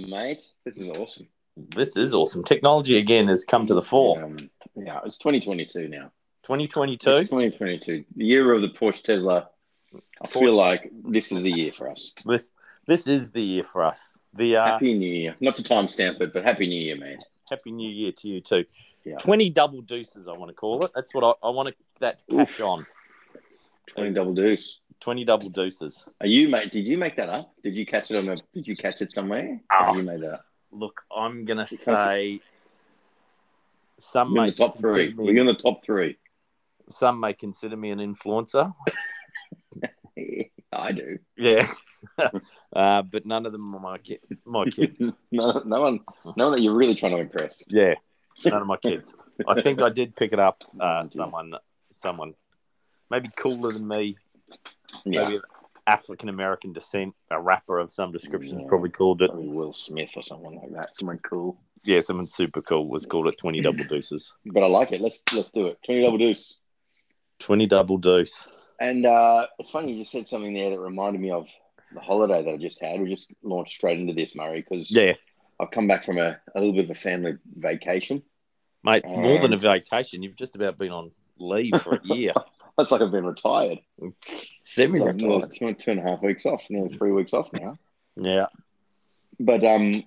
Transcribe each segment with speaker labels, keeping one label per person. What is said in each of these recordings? Speaker 1: mate. This is awesome.
Speaker 2: This is awesome. Technology again has come to the fore.
Speaker 1: Um, yeah, it's 2022 now.
Speaker 2: 2022.
Speaker 1: It's 2022, the year of the Porsche Tesla. I feel
Speaker 2: Porsche.
Speaker 1: like this is the year for us.
Speaker 2: This this is the year for us. The uh, happy.
Speaker 1: Happy New Year. Not to timestamp it, but Happy New Year, man.
Speaker 2: New Year to you too.
Speaker 1: Yeah.
Speaker 2: 20 double deuces, I want to call it. That's what I, I want to, that to catch on.
Speaker 1: 20 double deuce.
Speaker 2: 20 double deuces.
Speaker 1: Are you, mate? Did you make that up? Did you catch it on a? Did you catch it somewhere?
Speaker 2: Oh.
Speaker 1: You made that up.
Speaker 2: Look, I'm going to
Speaker 1: can't-
Speaker 2: say some
Speaker 1: You're
Speaker 2: may,
Speaker 1: in the top three.
Speaker 2: consider
Speaker 1: We're
Speaker 2: me,
Speaker 1: in the top three.
Speaker 2: some may consider me an influencer.
Speaker 1: I do.
Speaker 2: Yeah. uh, but none of them are my, ki- my kids.
Speaker 1: no, no one, no one that you're really trying to impress.
Speaker 2: Yeah, none of my kids. I think I did pick it up. Uh, someone, someone, maybe cooler than me,
Speaker 1: Yeah,
Speaker 2: maybe of African American descent, a rapper of some descriptions
Speaker 1: Yeah.
Speaker 2: probably called it.
Speaker 1: probably Will Smith or someone like that. Someone cool.
Speaker 2: Yeah, someone super cool was called it twenty double deuces.
Speaker 1: But I like it. Let's let's do it. Twenty double deuce.
Speaker 2: Twenty double deuce.
Speaker 1: And uh, it's funny you just said something there that reminded me of the holiday that I just had. We just launched straight into this, Murray, because
Speaker 2: Yeah,
Speaker 1: I've come back from a, a little bit of a family vacation.
Speaker 2: mate, it's more than a
Speaker 1: And-
Speaker 2: vacation. You've just about been on leave for a year.
Speaker 1: It's like I've been retired.
Speaker 2: Semi
Speaker 1: Like, nearly
Speaker 2: retired.
Speaker 1: two, two and a half weeks off, nearly three weeks off now.
Speaker 2: Yeah.
Speaker 1: But um,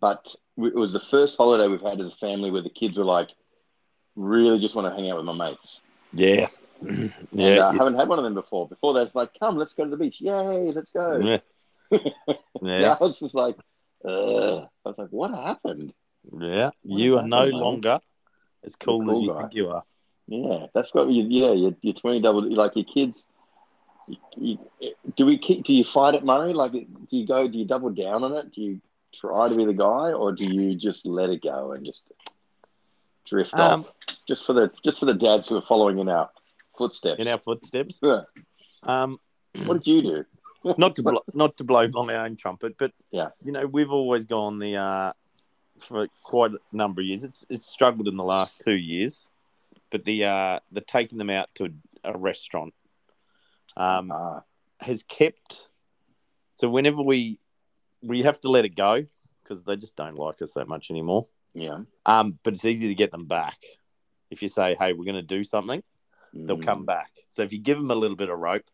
Speaker 1: but we- it was the first holiday we've had as a family where the kids were like, really just want to hang out with my mates.
Speaker 2: Yeah.
Speaker 1: And, uh,
Speaker 2: Yeah.
Speaker 1: I haven't had one of them before. Before that's like, come, let's go to the beach. Yay, let's go.
Speaker 2: Yeah. Yeah.
Speaker 1: Now it's just like, Ugh. I was like, what happened?
Speaker 2: Yeah. You are no longer as cool as
Speaker 1: cool
Speaker 2: you
Speaker 1: guy.
Speaker 2: think you are.
Speaker 1: Yeah, that's what. You, yeah, you're, you're twenty double. Like your kids. You, you, do we keep? Do you fight it, Murray? Like, do you go? Do you double down on it? Do you try to be the guy, or do you just let it go and just drift
Speaker 2: Um,
Speaker 1: off? Just for the just for the dads who are following in our footsteps.
Speaker 2: In our footsteps.
Speaker 1: Yeah.
Speaker 2: Um,
Speaker 1: What did you do?
Speaker 2: not to blo- not to blow on our own trumpet, but
Speaker 1: Yeah.
Speaker 2: you know we've always gone the uh, for quite a number of years. It's it's struggled in the last two years, but the uh, the taking them out to a restaurant um,
Speaker 1: Ah,
Speaker 2: has kept. So whenever we we have to let it go because they just don't like us that much anymore.
Speaker 1: yeah.
Speaker 2: Um, but it's easy to get them back if you say, "Hey, we're going to do something." they'll
Speaker 1: Mm.
Speaker 2: come back. So if you give them a little bit of rope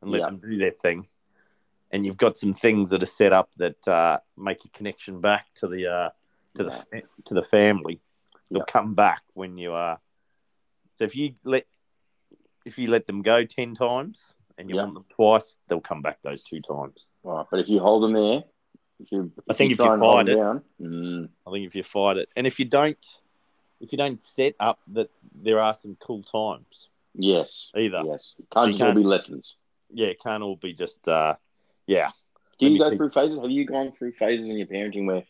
Speaker 2: and let
Speaker 1: Yeah.
Speaker 2: them do their thing, and you've got some things that are set up that uh, make a connection back to the uh, to the fa- to the family, they'll
Speaker 1: Yeah.
Speaker 2: come back when you are. So if you let if you let them go ten times and you
Speaker 1: Yeah.
Speaker 2: want them twice, they'll come back those two times.
Speaker 1: All right, but if you hold them there, if you,
Speaker 2: I think if
Speaker 1: try
Speaker 2: you
Speaker 1: and hold
Speaker 2: fight
Speaker 1: them
Speaker 2: it-
Speaker 1: down, mm,
Speaker 2: I think if you fight it, and if you don't, if you don't set up that there are some cool times
Speaker 1: yes,
Speaker 2: either.
Speaker 1: yes,
Speaker 2: You
Speaker 1: can't just all
Speaker 2: can't-
Speaker 1: be lessons.
Speaker 2: Yeah, it can't all be just uh, yeah.
Speaker 1: Do you
Speaker 2: Let me
Speaker 1: go
Speaker 2: take-
Speaker 1: through phases? Have you gone through phases in your parenting where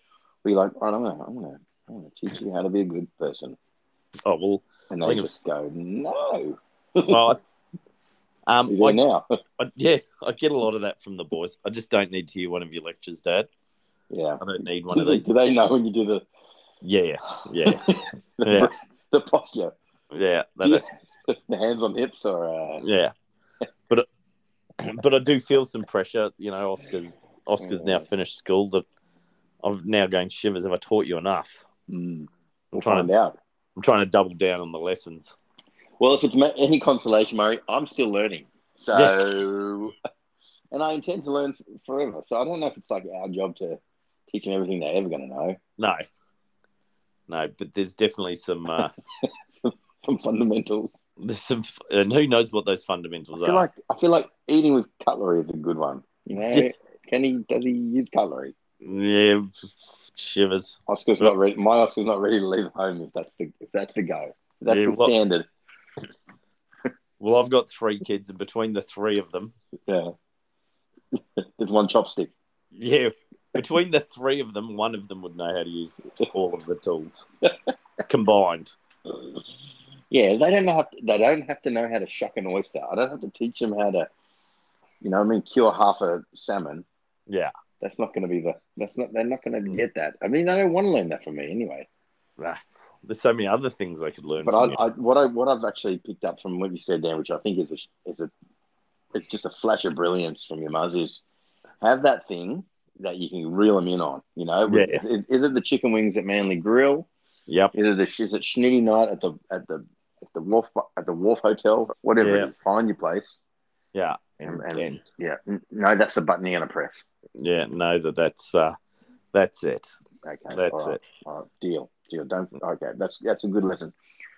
Speaker 1: we like, right, I'm gonna, I'm gonna, I'm gonna teach you how to be a good person,
Speaker 2: Oh well,
Speaker 1: and
Speaker 2: I
Speaker 1: they
Speaker 2: think it
Speaker 1: just go, no,
Speaker 2: well, I- um,
Speaker 1: you're there
Speaker 2: I,
Speaker 1: now.
Speaker 2: I, yeah, I get a lot of that from the boys. I just don't need to hear one of your lectures, Dad.
Speaker 1: yeah.
Speaker 2: I don't need one
Speaker 1: Do
Speaker 2: of
Speaker 1: they,
Speaker 2: these.
Speaker 1: do they know when you do the
Speaker 2: Yeah, yeah,
Speaker 1: the,
Speaker 2: Yeah.
Speaker 1: the posture,
Speaker 2: yeah,
Speaker 1: Do
Speaker 2: that-
Speaker 1: you- the hands on hips, or uh,
Speaker 2: yeah. But but I do feel some pressure. You know, Oscar's Oscar's now
Speaker 1: Mm.
Speaker 2: finished school. That I'm now going shivers. Have I taught you enough?
Speaker 1: mm,
Speaker 2: I'm
Speaker 1: we'll
Speaker 2: trying
Speaker 1: find
Speaker 2: to
Speaker 1: out.
Speaker 2: I'm trying to double down on the lessons.
Speaker 1: Well, if it's ma- any consolation, Murray, I'm still learning. So, and I intend to learn f- forever. So I don't know if it's like our job to teach them everything they're ever going to know.
Speaker 2: No, no, but there's definitely some. Uh,
Speaker 1: Some fundamentals.
Speaker 2: there's some, and who knows what those fundamentals
Speaker 1: I
Speaker 2: are?
Speaker 1: feel like I feel like eating with cutlery is a good one. You know,
Speaker 2: Yeah.
Speaker 1: can he does he use cutlery?
Speaker 2: yeah, shivers.
Speaker 1: Oscar's not ready. My Oscar's not ready to leave home if that's the if that's the go. If that's
Speaker 2: Yeah,
Speaker 1: the
Speaker 2: well-
Speaker 1: standard.
Speaker 2: Well, I've got three kids, and between the three of them,
Speaker 1: Yeah. There's one chopstick.
Speaker 2: yeah, between the three of them, one of them would know how to use all of the tools combined.
Speaker 1: Yeah, they don't know how to, they don't have to know how to shuck an oyster. I don't have to teach them how to, you know, what I mean, cure half a salmon.
Speaker 2: Yeah,
Speaker 1: That's not going to be the. That's not. They're not going to get that. I mean, they don't want to learn that from me anyway.
Speaker 2: Ah, there's so many other things I could learn.
Speaker 1: But
Speaker 2: from
Speaker 1: I, I, what I, what I've actually picked up from what you said, Dan, which I think is a, is a, it's just a flash of brilliance from your muzz is have that thing
Speaker 2: you.
Speaker 1: that you can reel them in on. You know, With-
Speaker 2: Yeah.
Speaker 1: is, is it the chicken wings at Manly Grill?
Speaker 2: Yep.
Speaker 1: Is it a, is it Schnitty night at the at the at the wharf at the wharf hotel? Whatever,
Speaker 2: Yeah.
Speaker 1: it is, find your place.
Speaker 2: Yeah.
Speaker 1: And,
Speaker 2: And,
Speaker 1: and,
Speaker 2: and-
Speaker 1: yeah, N- no, that's the button you're gonna press.
Speaker 2: yeah, know that that's uh, that's it.
Speaker 1: Okay,
Speaker 2: That's
Speaker 1: all right,
Speaker 2: it.
Speaker 1: all right, deal, deal. Don't okay. That's that's a good lesson.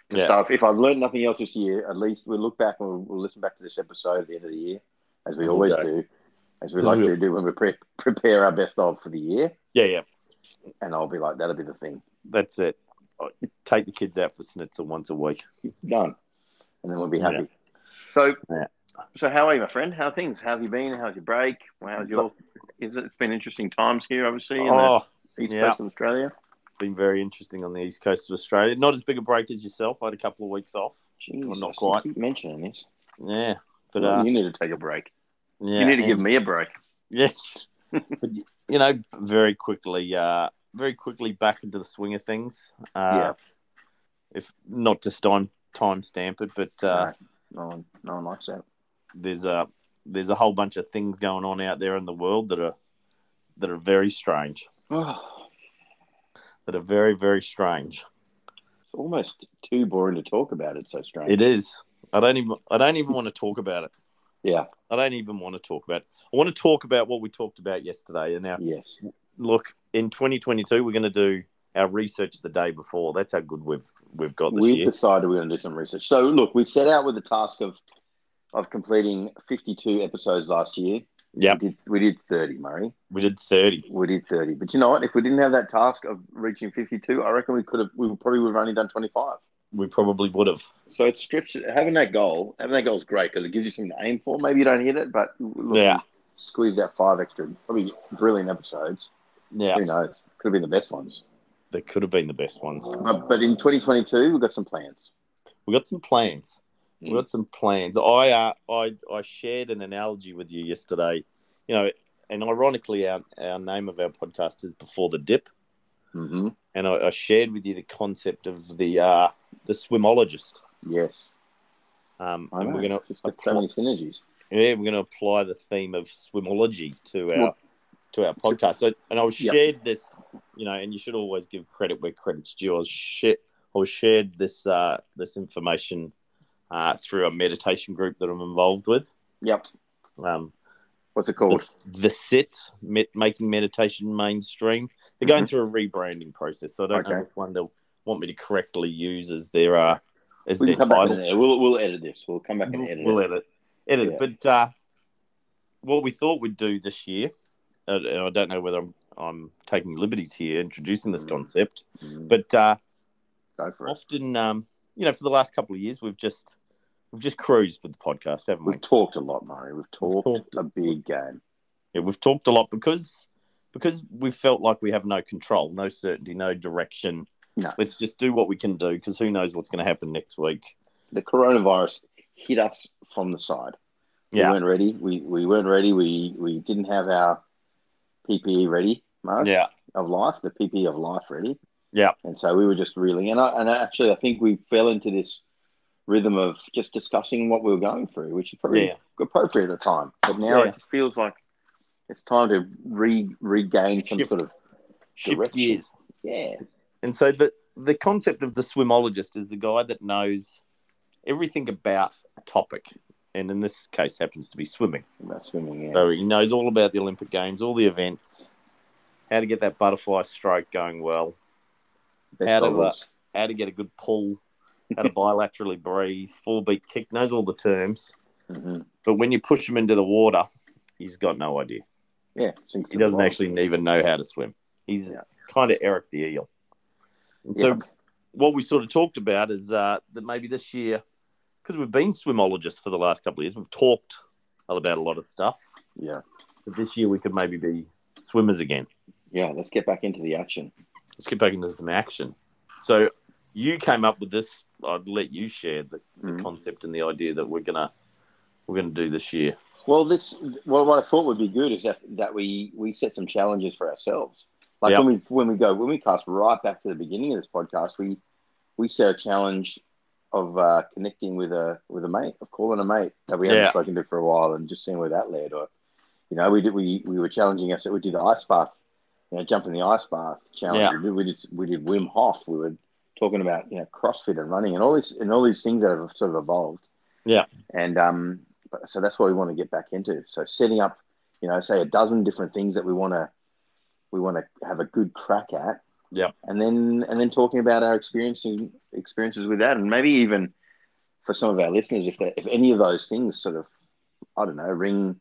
Speaker 1: To
Speaker 2: Mm. Yeah.
Speaker 1: start, if I've learned nothing else this year, at least we'll look back and we'll, we'll listen back to this episode at the end of the year, as we
Speaker 2: There you
Speaker 1: always
Speaker 2: go.
Speaker 1: do, as we
Speaker 2: This
Speaker 1: like
Speaker 2: is-
Speaker 1: to do when we pre- prepare our best of for the year.
Speaker 2: Yeah, yeah,
Speaker 1: And I'll be like, that'll be the thing.
Speaker 2: that's it. Oh, Take the kids out for schnitzel once a week.
Speaker 1: Done. And then we'll be
Speaker 2: Yeah.
Speaker 1: happy. So,
Speaker 2: Yeah.
Speaker 1: so how are you, my friend? How are things? How have you been? How's your break? How's your? Is it, it's been interesting times here, obviously, in
Speaker 2: Oh,
Speaker 1: the east
Speaker 2: yeah.
Speaker 1: coast of Australia.
Speaker 2: been very interesting on the east coast of Australia. Not as big a break as yourself. I had a couple of weeks off.
Speaker 1: Jeez,
Speaker 2: Well, not
Speaker 1: I
Speaker 2: quite.
Speaker 1: Keep mentioning this,
Speaker 2: Yeah, but
Speaker 1: Well,
Speaker 2: uh,
Speaker 1: you need to take a break.
Speaker 2: yeah,
Speaker 1: you need to
Speaker 2: and-
Speaker 1: give me a break.
Speaker 2: Yes, but, you know, very quickly, uh, very quickly back into the swing of things. Uh,
Speaker 1: Yeah.
Speaker 2: If not to time time stamp it, but uh,
Speaker 1: no, no one, no one likes that.
Speaker 2: there's a there's a whole bunch of things going on out there in the world that are that are very strange.
Speaker 1: it's
Speaker 2: That are very very strange.
Speaker 1: almost too boring to talk about. It's so strange.
Speaker 2: It is. I don't even I don't even want to talk about it.
Speaker 1: Yeah.
Speaker 2: I don't even want to talk about it. I want to talk about what we talked about yesterday. And now,
Speaker 1: Yes.
Speaker 2: look, in 2022, we're going to do our research the day before. That's how good we've we've got this
Speaker 1: We've
Speaker 2: year.
Speaker 1: decided we're going to do some research. So look, we set out with the task of of completing 52 episodes last year.
Speaker 2: Yep.
Speaker 1: We did, we did 30, Murray.
Speaker 2: We did 30.
Speaker 1: We did 30. But you know what? If we didn't have that task of reaching 52, I reckon we could have. We probably would have only done 25.
Speaker 2: We probably would have.
Speaker 1: So it strips it. Having that goal, having that goal is great because it gives you something to aim for. Maybe you don't hit it, but look,
Speaker 2: Yeah.
Speaker 1: squeezed out five extra, probably brilliant episodes.
Speaker 2: Yeah,
Speaker 1: Who knows? Could have been the best ones.
Speaker 2: they could have been the best ones.
Speaker 1: Uh, but in 2022, we've got some plans.
Speaker 2: We got some plans. We
Speaker 1: Mm.
Speaker 2: got some plans. I uh, I I shared an analogy with you yesterday. You know, and ironically, our our name of our podcast is Before the Dip,
Speaker 1: Mm-hmm.
Speaker 2: and I, I shared with you the concept of the uh, the swimologist.
Speaker 1: Yes.
Speaker 2: Um,
Speaker 1: I
Speaker 2: and
Speaker 1: know.
Speaker 2: we're gonna
Speaker 1: Just got so many synergies.
Speaker 2: yeah, we're gonna apply the theme of swimology to our
Speaker 1: Well-
Speaker 2: to our podcast. So, and I
Speaker 1: Yep.
Speaker 2: shared this, you know, and you should always give credit where credit's due. I was shit. I was shared this uh, this information uh, through a meditation group that I'm involved with.
Speaker 1: Yep.
Speaker 2: Um,
Speaker 1: What's it called?
Speaker 2: the, the sit me- making meditation mainstream. They're going through a rebranding process, so I don't know
Speaker 1: Mm-hmm. Okay.
Speaker 2: which one they'll want me to correctly use as their uh, as
Speaker 1: We
Speaker 2: their
Speaker 1: can come back
Speaker 2: title.
Speaker 1: and edit. We'll, we'll edit this. We'll come back and edit
Speaker 2: We'll
Speaker 1: it.
Speaker 2: edit. Edit.
Speaker 1: Yeah.
Speaker 2: But uh, what we thought we'd do this year, uh, and I don't know whether I'm, I'm taking liberties here introducing this
Speaker 1: Mm.
Speaker 2: concept,
Speaker 1: Mm,
Speaker 2: but uh,
Speaker 1: Go for it.
Speaker 2: often, um, you know, for the last couple of years, we've just we've just cruised with the podcast, haven't we?
Speaker 1: We've talked a lot, Murray. We've talked,
Speaker 2: talked-
Speaker 1: a big game.
Speaker 2: Yeah, we've talked a lot because because we felt like we have no control, no certainty, no direction.
Speaker 1: No.
Speaker 2: Let's just do what we can do because who knows what's going to happen next week.
Speaker 1: The coronavirus hit us from the side.
Speaker 2: Yeah.
Speaker 1: We weren't ready. We, we weren't ready. We, we didn't have our PPE ready, Mark.
Speaker 2: Yeah,
Speaker 1: of life, the PP of life, really.
Speaker 2: Yeah.
Speaker 1: And so we were just reeling, and I, and actually, I think we fell into this rhythm of just discussing what we were going through, which is probably
Speaker 2: Yeah.
Speaker 1: appropriate at the time. But now
Speaker 2: Yeah.
Speaker 1: it feels like it's time to re regain some
Speaker 2: Shift.
Speaker 1: sort of
Speaker 2: shift
Speaker 1: Direction.
Speaker 2: gears.
Speaker 1: yeah,
Speaker 2: And so the the concept of the swimologist is the guy that knows everything about a topic, and in this case happens to be swimming.
Speaker 1: about swimming. Yeah.
Speaker 2: So he knows all about the Olympic Games, all the events, how to get that butterfly stroke going well,
Speaker 1: Best
Speaker 2: out of
Speaker 1: of
Speaker 2: that.
Speaker 1: us.
Speaker 2: how to get a good pull, how to bilaterally breathe, four beat kick, knows all the terms.
Speaker 1: Mhm.
Speaker 2: But when you push him into the water, he's got no idea.
Speaker 1: Yeah, sinks
Speaker 2: He
Speaker 1: to the
Speaker 2: doesn't
Speaker 1: bottom.
Speaker 2: actually even know how to swim. He's
Speaker 1: Yeah.
Speaker 2: kind of Eric the Eel. And so
Speaker 1: Yeah.
Speaker 2: what we sort of talked about is uh, that maybe this year, because we've been swimologists for the last couple of years, we've talked about a lot of stuff.
Speaker 1: Yeah,
Speaker 2: But this year we could maybe be swimmers again.
Speaker 1: yeah. Let's get back into the action.
Speaker 2: Let's get back into some action. So you came up with this. I'd let you share the, the
Speaker 1: Mhm.
Speaker 2: concept and the idea that we're gonna we're gonna do this year.
Speaker 1: Well, this well, what I thought would be good is that, that we we set some challenges for ourselves. Like
Speaker 2: Yep.
Speaker 1: when we when we go when we cast right back to the beginning of this podcast, we we set a challenge of uh, connecting with a with a mate, of calling a mate that we haven't
Speaker 2: Yeah.
Speaker 1: spoken to for a while, and just seeing where that led, or You know, we did we, we were challenging ourselves. We did the ice bath, you know, jumping the ice bath challenge.
Speaker 2: Yeah.
Speaker 1: We, did, we did we did Wim Hof. We were talking about you know CrossFit and running and all these and all these things that have sort of evolved.
Speaker 2: Yeah.
Speaker 1: And um, but- so that's what we want to get back into. So setting up, you know, say a dozen different things that we want to we want to have a good crack at.
Speaker 2: Yeah.
Speaker 1: And then and then talking about our experiences experiences with that, and maybe even for some of our listeners, if they, if any of those things sort of, I don't know, ring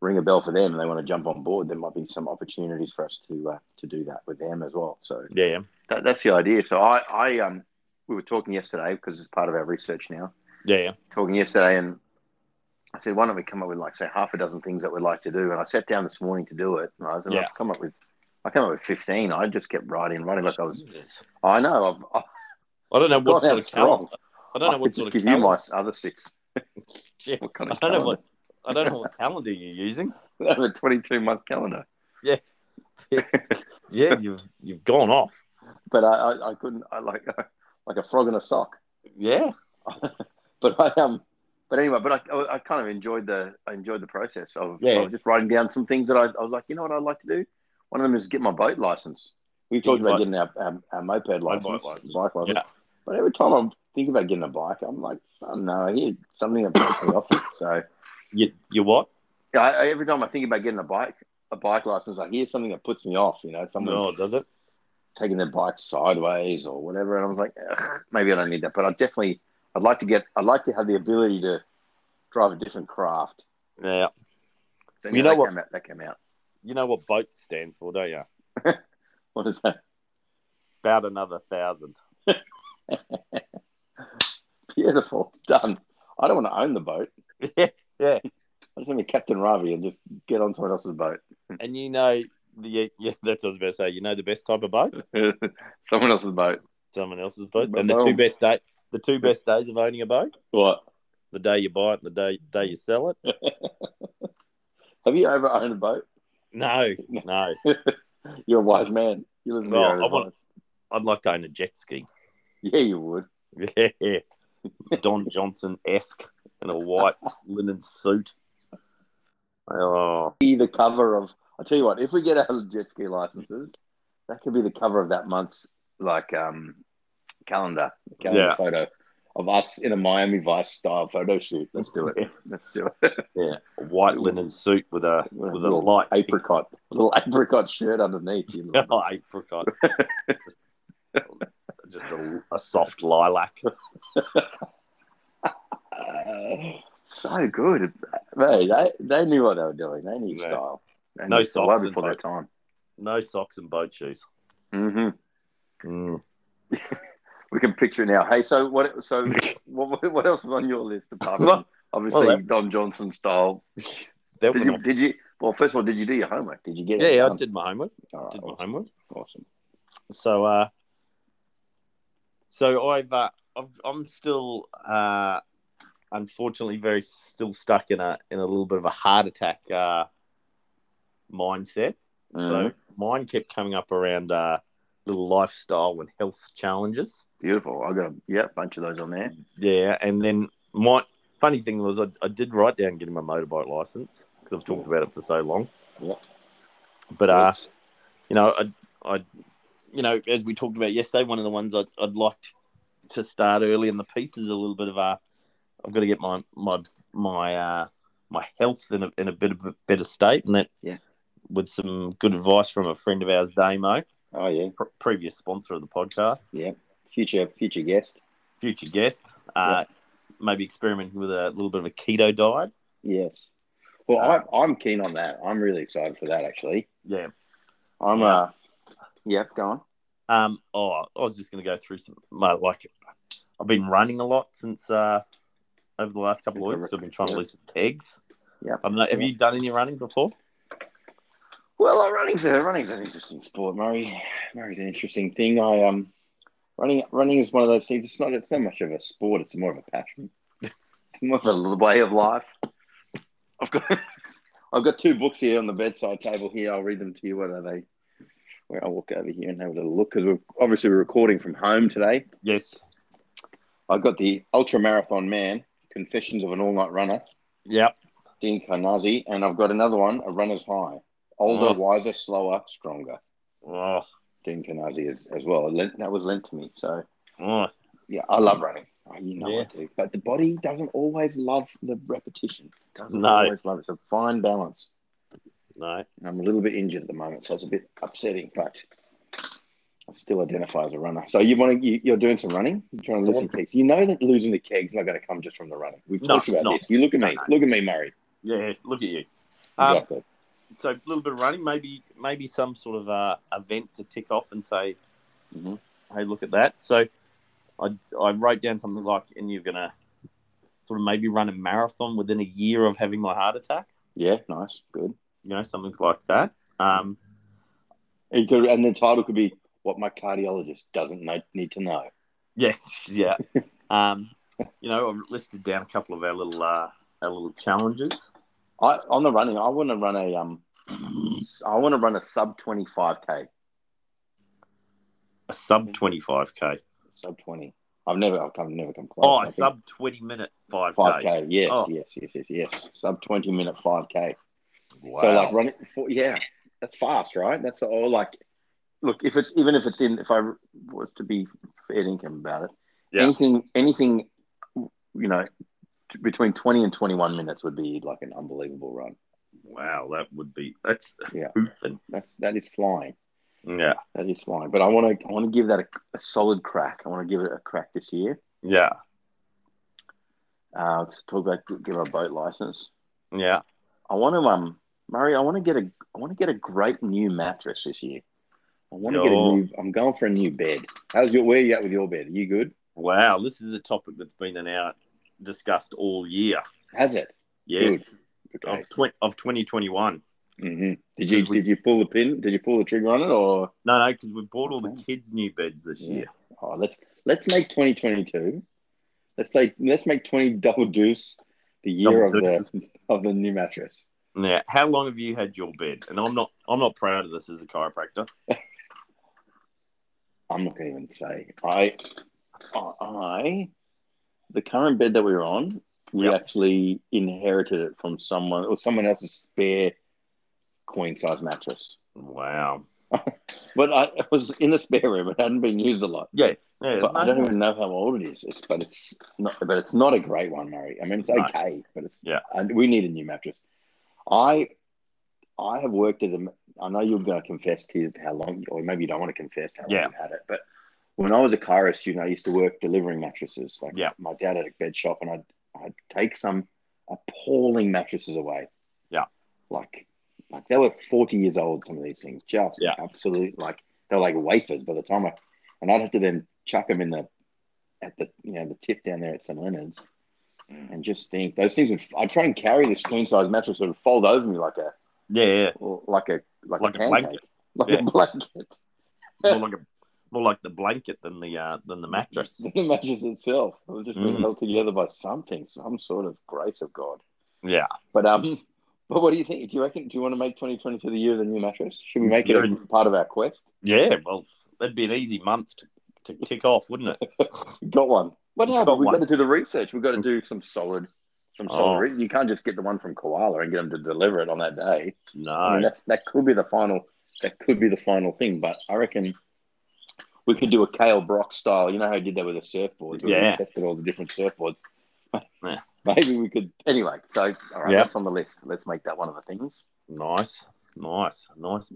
Speaker 1: ring a bell for them, and they want to jump on board, there might be some opportunities for us to uh, to do that with them as well. So
Speaker 2: Yeah.
Speaker 1: that, that's the idea. So I I um we were talking yesterday because it's part of our research now.
Speaker 2: Yeah.
Speaker 1: Talking yesterday, and I said, why don't we come up with like say half a dozen things that we'd like to do? And I sat down this morning to do it, and I said,
Speaker 2: Yeah.
Speaker 1: I've come up with. I came up with 15. I just kept writing, writing like I was.
Speaker 2: Jesus.
Speaker 1: I know. I've,
Speaker 2: I don't know
Speaker 1: I've
Speaker 2: what
Speaker 1: gone
Speaker 2: sort
Speaker 1: out
Speaker 2: of calendar.
Speaker 1: strong.
Speaker 2: I
Speaker 1: I,
Speaker 2: don't know what
Speaker 1: could just
Speaker 2: sort of
Speaker 1: give
Speaker 2: calendar.
Speaker 1: you my other six.
Speaker 2: Yeah.
Speaker 1: What kind
Speaker 2: I
Speaker 1: of
Speaker 2: don't know
Speaker 1: calendar?
Speaker 2: what I don't know what calendar you're using.
Speaker 1: I have a 22 month calendar.
Speaker 2: yeah, you've you've gone off.
Speaker 1: But I, I, I couldn't, I like, like a frog in a sock.
Speaker 2: Yeah.
Speaker 1: But I, um, but anyway, but I, I, I kind of enjoyed the, I enjoyed the process of,
Speaker 2: Yeah.
Speaker 1: of just writing down some things that I, I was like, you know what I'd like to do? One of them is get my boat license. We talked
Speaker 2: your
Speaker 1: about
Speaker 2: bike-
Speaker 1: getting our, our, our moped license,
Speaker 2: bike license.
Speaker 1: bike license.
Speaker 2: Yeah.
Speaker 1: But every time I think about getting a bike, I'm like, I don't know, here's something that breaks me off. it. So
Speaker 2: You you what?
Speaker 1: I, I, every time I think about getting a bike, a bike license, I hear something that puts me off, you know, something.
Speaker 2: No, does it?
Speaker 1: taking their bike sideways or whatever. And I was like, "Ugh, maybe I don't need that, but I definitely, I'd like to get, I'd like to have the ability to drive a different craft.
Speaker 2: Yeah.
Speaker 1: So,
Speaker 2: You know
Speaker 1: that
Speaker 2: what-
Speaker 1: Came out, that came out.
Speaker 2: You know what boat stands for, don't you?
Speaker 1: What is that?
Speaker 2: About another thousand.
Speaker 1: Beautiful. Done. I don't want to own the boat.
Speaker 2: Yeah. Yeah.
Speaker 1: I just want to be Captain Ravi and just get on someone else's boat.
Speaker 2: And you know the yeah, that's what I was about to say. You know the best type of boat?
Speaker 1: someone else's boat.
Speaker 2: Someone else's boat.
Speaker 1: But
Speaker 2: And the
Speaker 1: no.
Speaker 2: two best day the two best days of owning a boat?
Speaker 1: What?
Speaker 2: The day you buy it and the day day you sell it.
Speaker 1: Have you ever owned a boat?
Speaker 2: No, no.
Speaker 1: You're a wise man. You listen to
Speaker 2: No,
Speaker 1: your own
Speaker 2: I want-
Speaker 1: advice.
Speaker 2: I'd like to own a jet ski.
Speaker 1: Yeah, you would.
Speaker 2: Yeah. Don Johnson esque in a white linen suit. Oh,
Speaker 1: Be the cover of. I tell you what, if we get our jet ski licenses, that could be the cover of that month's like um calendar, calendar
Speaker 2: Yeah.
Speaker 1: photo of us in a Miami Vice style photo shoot. Let's do it. Let's do it.
Speaker 2: yeah. A white linen suit with a
Speaker 1: With a
Speaker 2: with a light pink
Speaker 1: apricot, little apricot shirt underneath. You know.
Speaker 2: Oh, apricot. Just- Just a, a soft lilac.
Speaker 1: Uh, so good, Mate, They they knew what they were doing. They knew
Speaker 2: Yeah.
Speaker 1: style. They
Speaker 2: No
Speaker 1: knew style way
Speaker 2: socks and
Speaker 1: before their time.
Speaker 2: No socks and boat shoes.
Speaker 1: hmm
Speaker 2: Mm.
Speaker 1: We can picture it now. Hey, so what? So what, what else was on your list apart from
Speaker 2: Well,
Speaker 1: obviously
Speaker 2: well,
Speaker 1: Don Johnson style
Speaker 2: That
Speaker 1: Did
Speaker 2: was
Speaker 1: you, did you? Well, first of all, did you do your homework? Did you get?
Speaker 2: yeah,
Speaker 1: it
Speaker 2: yeah, I
Speaker 1: done?
Speaker 2: did my homework.
Speaker 1: All right,
Speaker 2: Did my
Speaker 1: awesome.
Speaker 2: homework.
Speaker 1: awesome.
Speaker 2: So, uh, so I've, uh, I've I'm still uh, unfortunately very still stuck in a in a little bit of a heart attack uh, mindset.
Speaker 1: Mm,
Speaker 2: So
Speaker 1: Mm-hmm.
Speaker 2: mine kept coming up around uh, little lifestyle and health challenges.
Speaker 1: Beautiful. I got a yeah, bunch of those on there.
Speaker 2: Yeah, and then my funny thing was I, I did write down getting my motorbike license because I've talked about it for so long.
Speaker 1: Yeah.
Speaker 2: But uh, you know, I, I, you know, as we talked about yesterday, one of the ones I'd, I'd like to, to start early in the piece is a little bit of a, I've got to get my my my uh my health in a in a bit of a better state, and that
Speaker 1: Yeah.
Speaker 2: with some good advice from a friend of ours, Damo,
Speaker 1: oh yeah,
Speaker 2: pr- previous sponsor of the podcast,
Speaker 1: future future guest.
Speaker 2: future guest, uh, maybe experimenting with a little bit of a keto diet.
Speaker 1: Yes. Well,
Speaker 2: Uh,
Speaker 1: I, I'm keen on that. I'm really excited for that. Actually,
Speaker 2: Yeah.
Speaker 1: I'm.
Speaker 2: Yeah.
Speaker 1: uh Yeah, go on.
Speaker 2: Um. Oh, I was just going to go through some my like. I've been running a lot since uh over the last couple of weeks. so I've been trying to lose some pegs.
Speaker 1: Yeah.
Speaker 2: I don't know. Have you done any running before?
Speaker 1: Well, uh, running's a, running's an interesting sport, Murray. Murray's an interesting thing. I um, running running is one of those things. It's not it's not much of a sport. It's more of a passion, more of a way of life. I've got I've got two books here on the bedside table here. I'll read them to you. What are they? Where I'll walk over here and have a little look because we're obviously we're recording from home today.
Speaker 2: Yes.
Speaker 1: I've got the Ultra Marathon Man: Confessions of an All Night Runner,
Speaker 2: Yep.
Speaker 1: Dinkanazi, and I've got another one, a runner's high. Older,
Speaker 2: Oh.
Speaker 1: wiser, slower, stronger.
Speaker 2: Oh,
Speaker 1: Dinkanazi as, as well. Lent, that was lent to me. So,
Speaker 2: oh.
Speaker 1: yeah, I love running. Oh, you know
Speaker 2: Yeah.
Speaker 1: I do. But the body doesn't always love the repetition. Doesn't
Speaker 2: No.
Speaker 1: always love it. It's a fine balance.
Speaker 2: no.
Speaker 1: And I'm a little bit injured at the moment, so it's a bit upsetting, but I still identify as a runner. So you want to, you, you're doing some running, you're trying to
Speaker 2: So
Speaker 1: lose some
Speaker 2: what-
Speaker 1: kegs. You know that losing the keg's not going to come just from the running. We've
Speaker 2: No,
Speaker 1: talked
Speaker 2: it's
Speaker 1: about
Speaker 2: not.
Speaker 1: this. You look at
Speaker 2: No,
Speaker 1: me,
Speaker 2: no.
Speaker 1: look at me, Murray.
Speaker 2: Yeah, look at you. Um,
Speaker 1: Exactly.
Speaker 2: so a little bit of running, maybe maybe some sort of uh, event to tick off and say,
Speaker 1: Mhm.
Speaker 2: hey, look at that. So I, I wrote down something like, and you're going to sort of maybe run a marathon within a year of having my heart attack,
Speaker 1: Yeah, nice, good.
Speaker 2: you know, something like that. Um,
Speaker 1: And, you could, and the title could be "What My Cardiologist Doesn't know, Need to Know."
Speaker 2: yeah, yeah. Um, you know, I've listed down a couple of our little uh, our little challenges.
Speaker 1: I on the running, I want to run a um, I want to run a sub twenty five k,
Speaker 2: A sub 25k.
Speaker 1: sub twenty. I've never, I've come, never come close.
Speaker 2: Oh,
Speaker 1: I
Speaker 2: a
Speaker 1: think
Speaker 2: sub 20 minute 5k.
Speaker 1: five k. Yes,
Speaker 2: Oh.
Speaker 1: yes, yes, yes, yes. Sub twenty minute five k.
Speaker 2: Wow.
Speaker 1: So like running, for, yeah, that's fast, right? That's all. Like, look, if it's even if it's in, if I was to be fair income about it,
Speaker 2: Yeah.
Speaker 1: anything, anything, you know, t- between twenty and twenty-one minutes would be like an unbelievable run.
Speaker 2: wow, that would be, that's
Speaker 1: Yeah.
Speaker 2: hoofing.
Speaker 1: That's that is flying.
Speaker 2: Yeah.
Speaker 1: That is flying. But I want to, I want to give that a, a solid crack. I want to give it a crack this year.
Speaker 2: Yeah.
Speaker 1: Uh, to talk about give a boat license.
Speaker 2: Yeah.
Speaker 1: I want to, um, Murray, I want to get a, I want to get a great new mattress this year. I want to get a
Speaker 2: Yo.
Speaker 1: new. I'm going for a new bed. How's your? Where you at with your bed? Are you good?
Speaker 2: Wow, this is a topic that's been an out discussed all year.
Speaker 1: Has it?
Speaker 2: Yes,
Speaker 1: Good. Okay.
Speaker 2: of twen- of twenty twenty one.
Speaker 1: hmm Did you
Speaker 2: Because we-
Speaker 1: did you pull the pin? Did you pull the trigger on it? Or
Speaker 2: No, no, because we bought all the kids new beds this year.
Speaker 1: oh, let's let's make 2022. Let's play. Let's make 20 double deuce the year
Speaker 2: Double
Speaker 1: of
Speaker 2: deuces.
Speaker 1: the of the new mattress.
Speaker 2: Now, how long have you had your bed? And I'm not, I'm not proud of this as a chiropractor.
Speaker 1: I'm not going to even say. I, I, the current bed that we were on, we
Speaker 2: Yep.
Speaker 1: actually inherited it from someone or someone else's spare queen size mattress.
Speaker 2: Wow.
Speaker 1: But I, it was in the spare room. It hadn't been used a lot.
Speaker 2: Yeah. yeah
Speaker 1: But I
Speaker 2: no.
Speaker 1: don't even know how old it is. It's, but it's not. But it's not a great one, Murray. I mean, it's
Speaker 2: No.
Speaker 1: okay, but it's
Speaker 2: Yeah.
Speaker 1: And we need a new mattress. I, I have worked as a. ma- I know you're going to confess to how long, or maybe you don't want to confess how
Speaker 2: Yeah.
Speaker 1: long you had it. But when I was a Cairo student, I used to work delivering mattresses. Like
Speaker 2: Yeah.
Speaker 1: my dad had a bed shop, and I'd I'd take some appalling mattresses away.
Speaker 2: Yeah.
Speaker 1: Like, like they were forty years old. Some of these things, just
Speaker 2: Yeah.
Speaker 1: absolute like they were like wafers by the time I and I'd have to then chuck them in the at the you know the tip down there at St Leonard's,
Speaker 2: Mm.
Speaker 1: and just think those things would. I'd try and carry this queen size mattress that would fold over me like a
Speaker 2: yeah, yeah.
Speaker 1: like a like,
Speaker 2: Like
Speaker 1: a
Speaker 2: a
Speaker 1: pancake,
Speaker 2: blanket.
Speaker 1: like
Speaker 2: Yeah.
Speaker 1: a blanket.
Speaker 2: More like a, more like the blanket than the uh, than the mattress.
Speaker 1: the mattress itself, it was just being
Speaker 2: Mm.
Speaker 1: held together by something, some sort of grace of God.
Speaker 2: Yeah.
Speaker 1: But um, but what do you think? Do you reckon? Do you want to make twenty twenty two the year of the new mattress? Should we make it a
Speaker 2: Mm, Yeah.
Speaker 1: part of our quest?
Speaker 2: Yeah. Well, that'd be an easy month to, to tick off, wouldn't it?
Speaker 1: We've got one. But no,
Speaker 2: Got
Speaker 1: but we've
Speaker 2: one.
Speaker 1: got to do the research. We've got to do some solid, some solid.
Speaker 2: Oh.
Speaker 1: re- you can't just get the one from Koala and get them to deliver it on that day. I mean,
Speaker 2: No.
Speaker 1: that's, that could be the final. That could be the final thing. But I reckon we could do a Kale Brock style. You know how he did that with the surfboards. where he
Speaker 2: Yeah.
Speaker 1: tested all the different surfboards.
Speaker 2: Yeah.
Speaker 1: Maybe we could. Anyway, so all right,
Speaker 2: Yeah.
Speaker 1: that's on the list. Let's make that one of the things.
Speaker 2: Nice. Nice. Nice.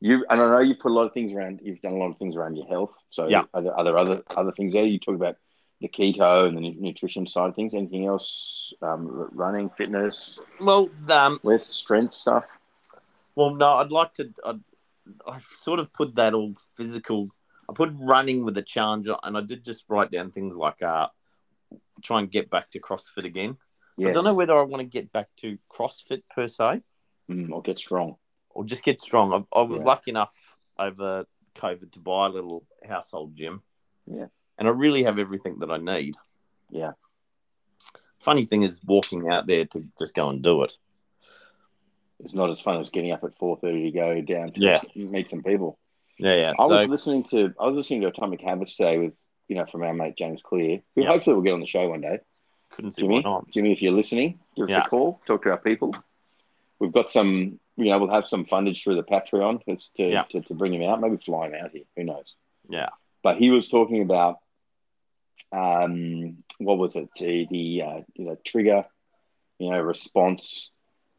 Speaker 1: You and I know you put a lot of things around. You've done a lot of things around your health. So
Speaker 2: Yeah.
Speaker 1: are there, are there other other things there? You talk about the keto and the nu- nutrition side of things. Anything else? Um, r- running, fitness,
Speaker 2: Well, um,
Speaker 1: with strength stuff.
Speaker 2: Well, no, I'd like to. I'd, I've sort of put that all physical. I put running with a challenge, and I did just write down things like uh, try and get back to CrossFit again.
Speaker 1: Yes.
Speaker 2: I don't know whether I want to get back to CrossFit per se
Speaker 1: Mm, or get strong.
Speaker 2: or just get strong. I, I was
Speaker 1: Yeah.
Speaker 2: lucky enough over COVID to buy a little household gym.
Speaker 1: Yeah.
Speaker 2: And I really have everything that I need.
Speaker 1: Yeah.
Speaker 2: Funny thing is, walking out there to just go and do it.
Speaker 1: It's not as fun as getting up at four thirty to go down to
Speaker 2: Yeah.
Speaker 1: meet some people.
Speaker 2: Yeah, yeah.
Speaker 1: I
Speaker 2: so,
Speaker 1: was listening to I was listening to Atomic Habits today with you know from our mate James Clear, who
Speaker 2: Yeah.
Speaker 1: hopefully will get on the show one day.
Speaker 2: couldn't see why
Speaker 1: Jimmy,
Speaker 2: not.
Speaker 1: Jimmy, if you're listening, give us
Speaker 2: Yeah.
Speaker 1: a call. Talk to our people. We've got some, you know, we'll have some fundage through the Patreon just to,
Speaker 2: Yeah.
Speaker 1: to, to bring him out. Maybe fly him out here. Who knows?
Speaker 2: Yeah.
Speaker 1: But he was talking about, um, what was it? The, the uh, you know, trigger, you know, response,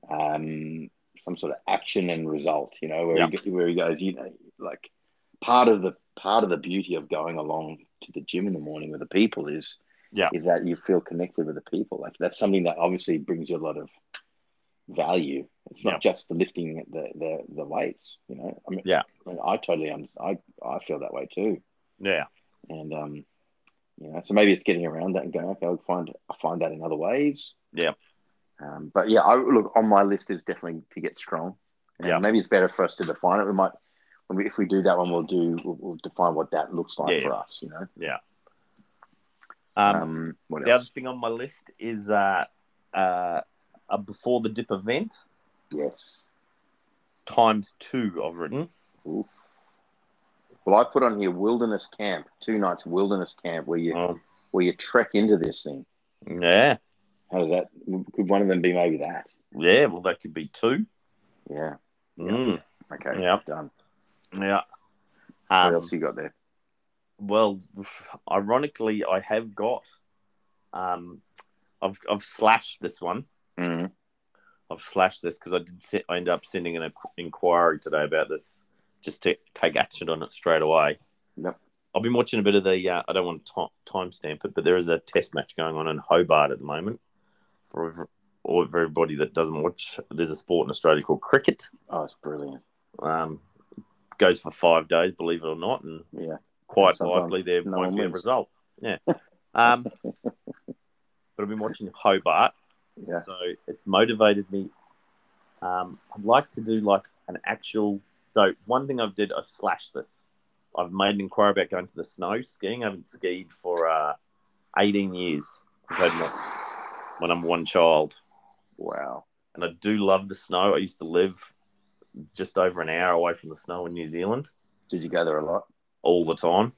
Speaker 1: um, some sort of action and result. You know, where he he, where he goes, you know, like part of the part of the beauty of going along to the gym in the morning with the people is
Speaker 2: Yeah.
Speaker 1: is that you feel connected with the people like that's something that obviously brings you a lot of value it's not just the lifting the, the the weights you know i mean
Speaker 2: Yeah.
Speaker 1: i, mean, I totally under, I, I feel that way too
Speaker 2: Yeah.
Speaker 1: and um you know so maybe it's getting around that and going okay i'll find i find that in other ways
Speaker 2: Yeah.
Speaker 1: um, but yeah i look on my list is definitely to get strong and
Speaker 2: Yeah.
Speaker 1: maybe it's better for us to define it we might when we, if we do that one we'll do we'll, we'll define what that looks like
Speaker 2: Yeah,
Speaker 1: for us you know
Speaker 2: Um,
Speaker 1: um what
Speaker 2: the other
Speaker 1: else
Speaker 2: thing on my list is uh, uh, a before the dip event
Speaker 1: yes
Speaker 2: times two. I've written.
Speaker 1: Oof. Well, I put on here wilderness camp, two nights wilderness camp where you
Speaker 2: Um,
Speaker 1: where you trek into this thing.
Speaker 2: yeah.
Speaker 1: How does that? Could one of them be maybe that?
Speaker 2: Yeah. Well, that could be two.
Speaker 1: Yeah.
Speaker 2: Mm,
Speaker 1: Okay.
Speaker 2: Yeah.
Speaker 1: Done.
Speaker 2: yeah.
Speaker 1: What
Speaker 2: Um,
Speaker 1: else you got there?
Speaker 2: well, ironically, I have got. Um, I've I've slashed this one. mm-hmm.
Speaker 1: Mm.
Speaker 2: I've slashed this because I did. se- I ended up sending an inqu- inquiry today about this, just to take action on it straight away.
Speaker 1: Yep.
Speaker 2: I've been watching a bit of the. Uh, I don't want to time stamp it, but there is a test match going on in Hobart at the moment. For ev- all for everybody that doesn't watch, there's a sport in Australia called cricket.
Speaker 1: Oh, it's brilliant.
Speaker 2: Um, goes for five days, believe it or not, and
Speaker 1: Yeah.
Speaker 2: quite
Speaker 1: Sometimes
Speaker 2: likely there
Speaker 1: no
Speaker 2: won't
Speaker 1: one
Speaker 2: be a
Speaker 1: wins.
Speaker 2: result. Yeah. Um, but I've been watching Hobart,
Speaker 1: Yeah.
Speaker 2: so it's motivated me. Um, I'd like to do like an actual. So one thing I've did, I've slashed this. I've made an inquiry about going to the snow skiing. I haven't skied for uh, 18 years since I had my, my number one child,
Speaker 1: Wow.
Speaker 2: and I do love the snow. I used to live just over an hour away from the snow in New Zealand
Speaker 1: Did you go there a lot?
Speaker 2: all the time.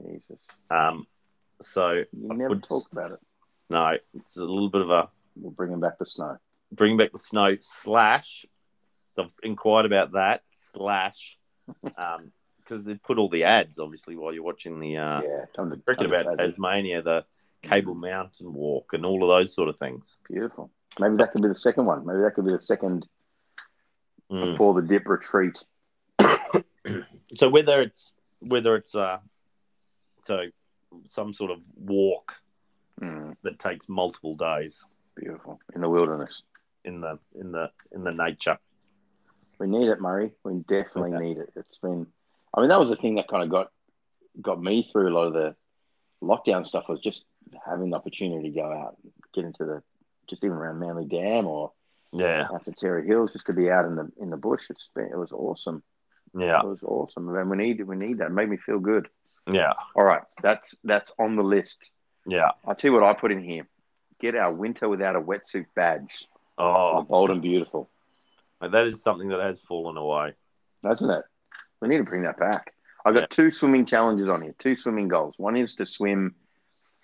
Speaker 1: Jesus.
Speaker 2: Um, so
Speaker 1: You
Speaker 2: I
Speaker 1: never
Speaker 2: would-
Speaker 1: talk about it.
Speaker 2: no, it's a little bit of a
Speaker 1: We're bringing back the snow.
Speaker 2: bring back the snow slash. So I've inquired about that slash, um, because they put all the ads obviously while you're watching the uh,
Speaker 1: yeah. Time to
Speaker 2: cricket
Speaker 1: time to
Speaker 2: about
Speaker 1: Tassie.
Speaker 2: Tasmania, the Cable Mountain Walk, and all of those sort of things.
Speaker 1: Beautiful. Maybe that could be the second one. Maybe that could be the second
Speaker 2: Mm.
Speaker 1: before the dip retreat.
Speaker 2: So whether it's whether it's uh, so some sort of walk
Speaker 1: Mm.
Speaker 2: that takes multiple days
Speaker 1: Beautiful. In the wilderness.
Speaker 2: in the in the in the nature.
Speaker 1: We need it, Murray. We definitely
Speaker 2: Okay.
Speaker 1: need it. It's been, I mean, that was the thing that kind of got got me through a lot of the lockdown stuff was just having the opportunity to go out, and get into the, just even around Manly Dam or
Speaker 2: Yeah,
Speaker 1: out to Terry Hills, just to be out in the in the bush. It's been, it was awesome.
Speaker 2: yeah,
Speaker 1: It was awesome, and we need we need that. It made me feel good.
Speaker 2: yeah,
Speaker 1: All right, that's that's on the list.
Speaker 2: yeah.
Speaker 1: I'll tell you what I put in here. Get our winter without a wetsuit badge. Oh,
Speaker 2: Oh,
Speaker 1: bold and beautiful,
Speaker 2: that is something that has fallen away.
Speaker 1: doesn't it? We need to bring that back. I got
Speaker 2: Yeah.
Speaker 1: two swimming challenges on here, two swimming goals. One is to swim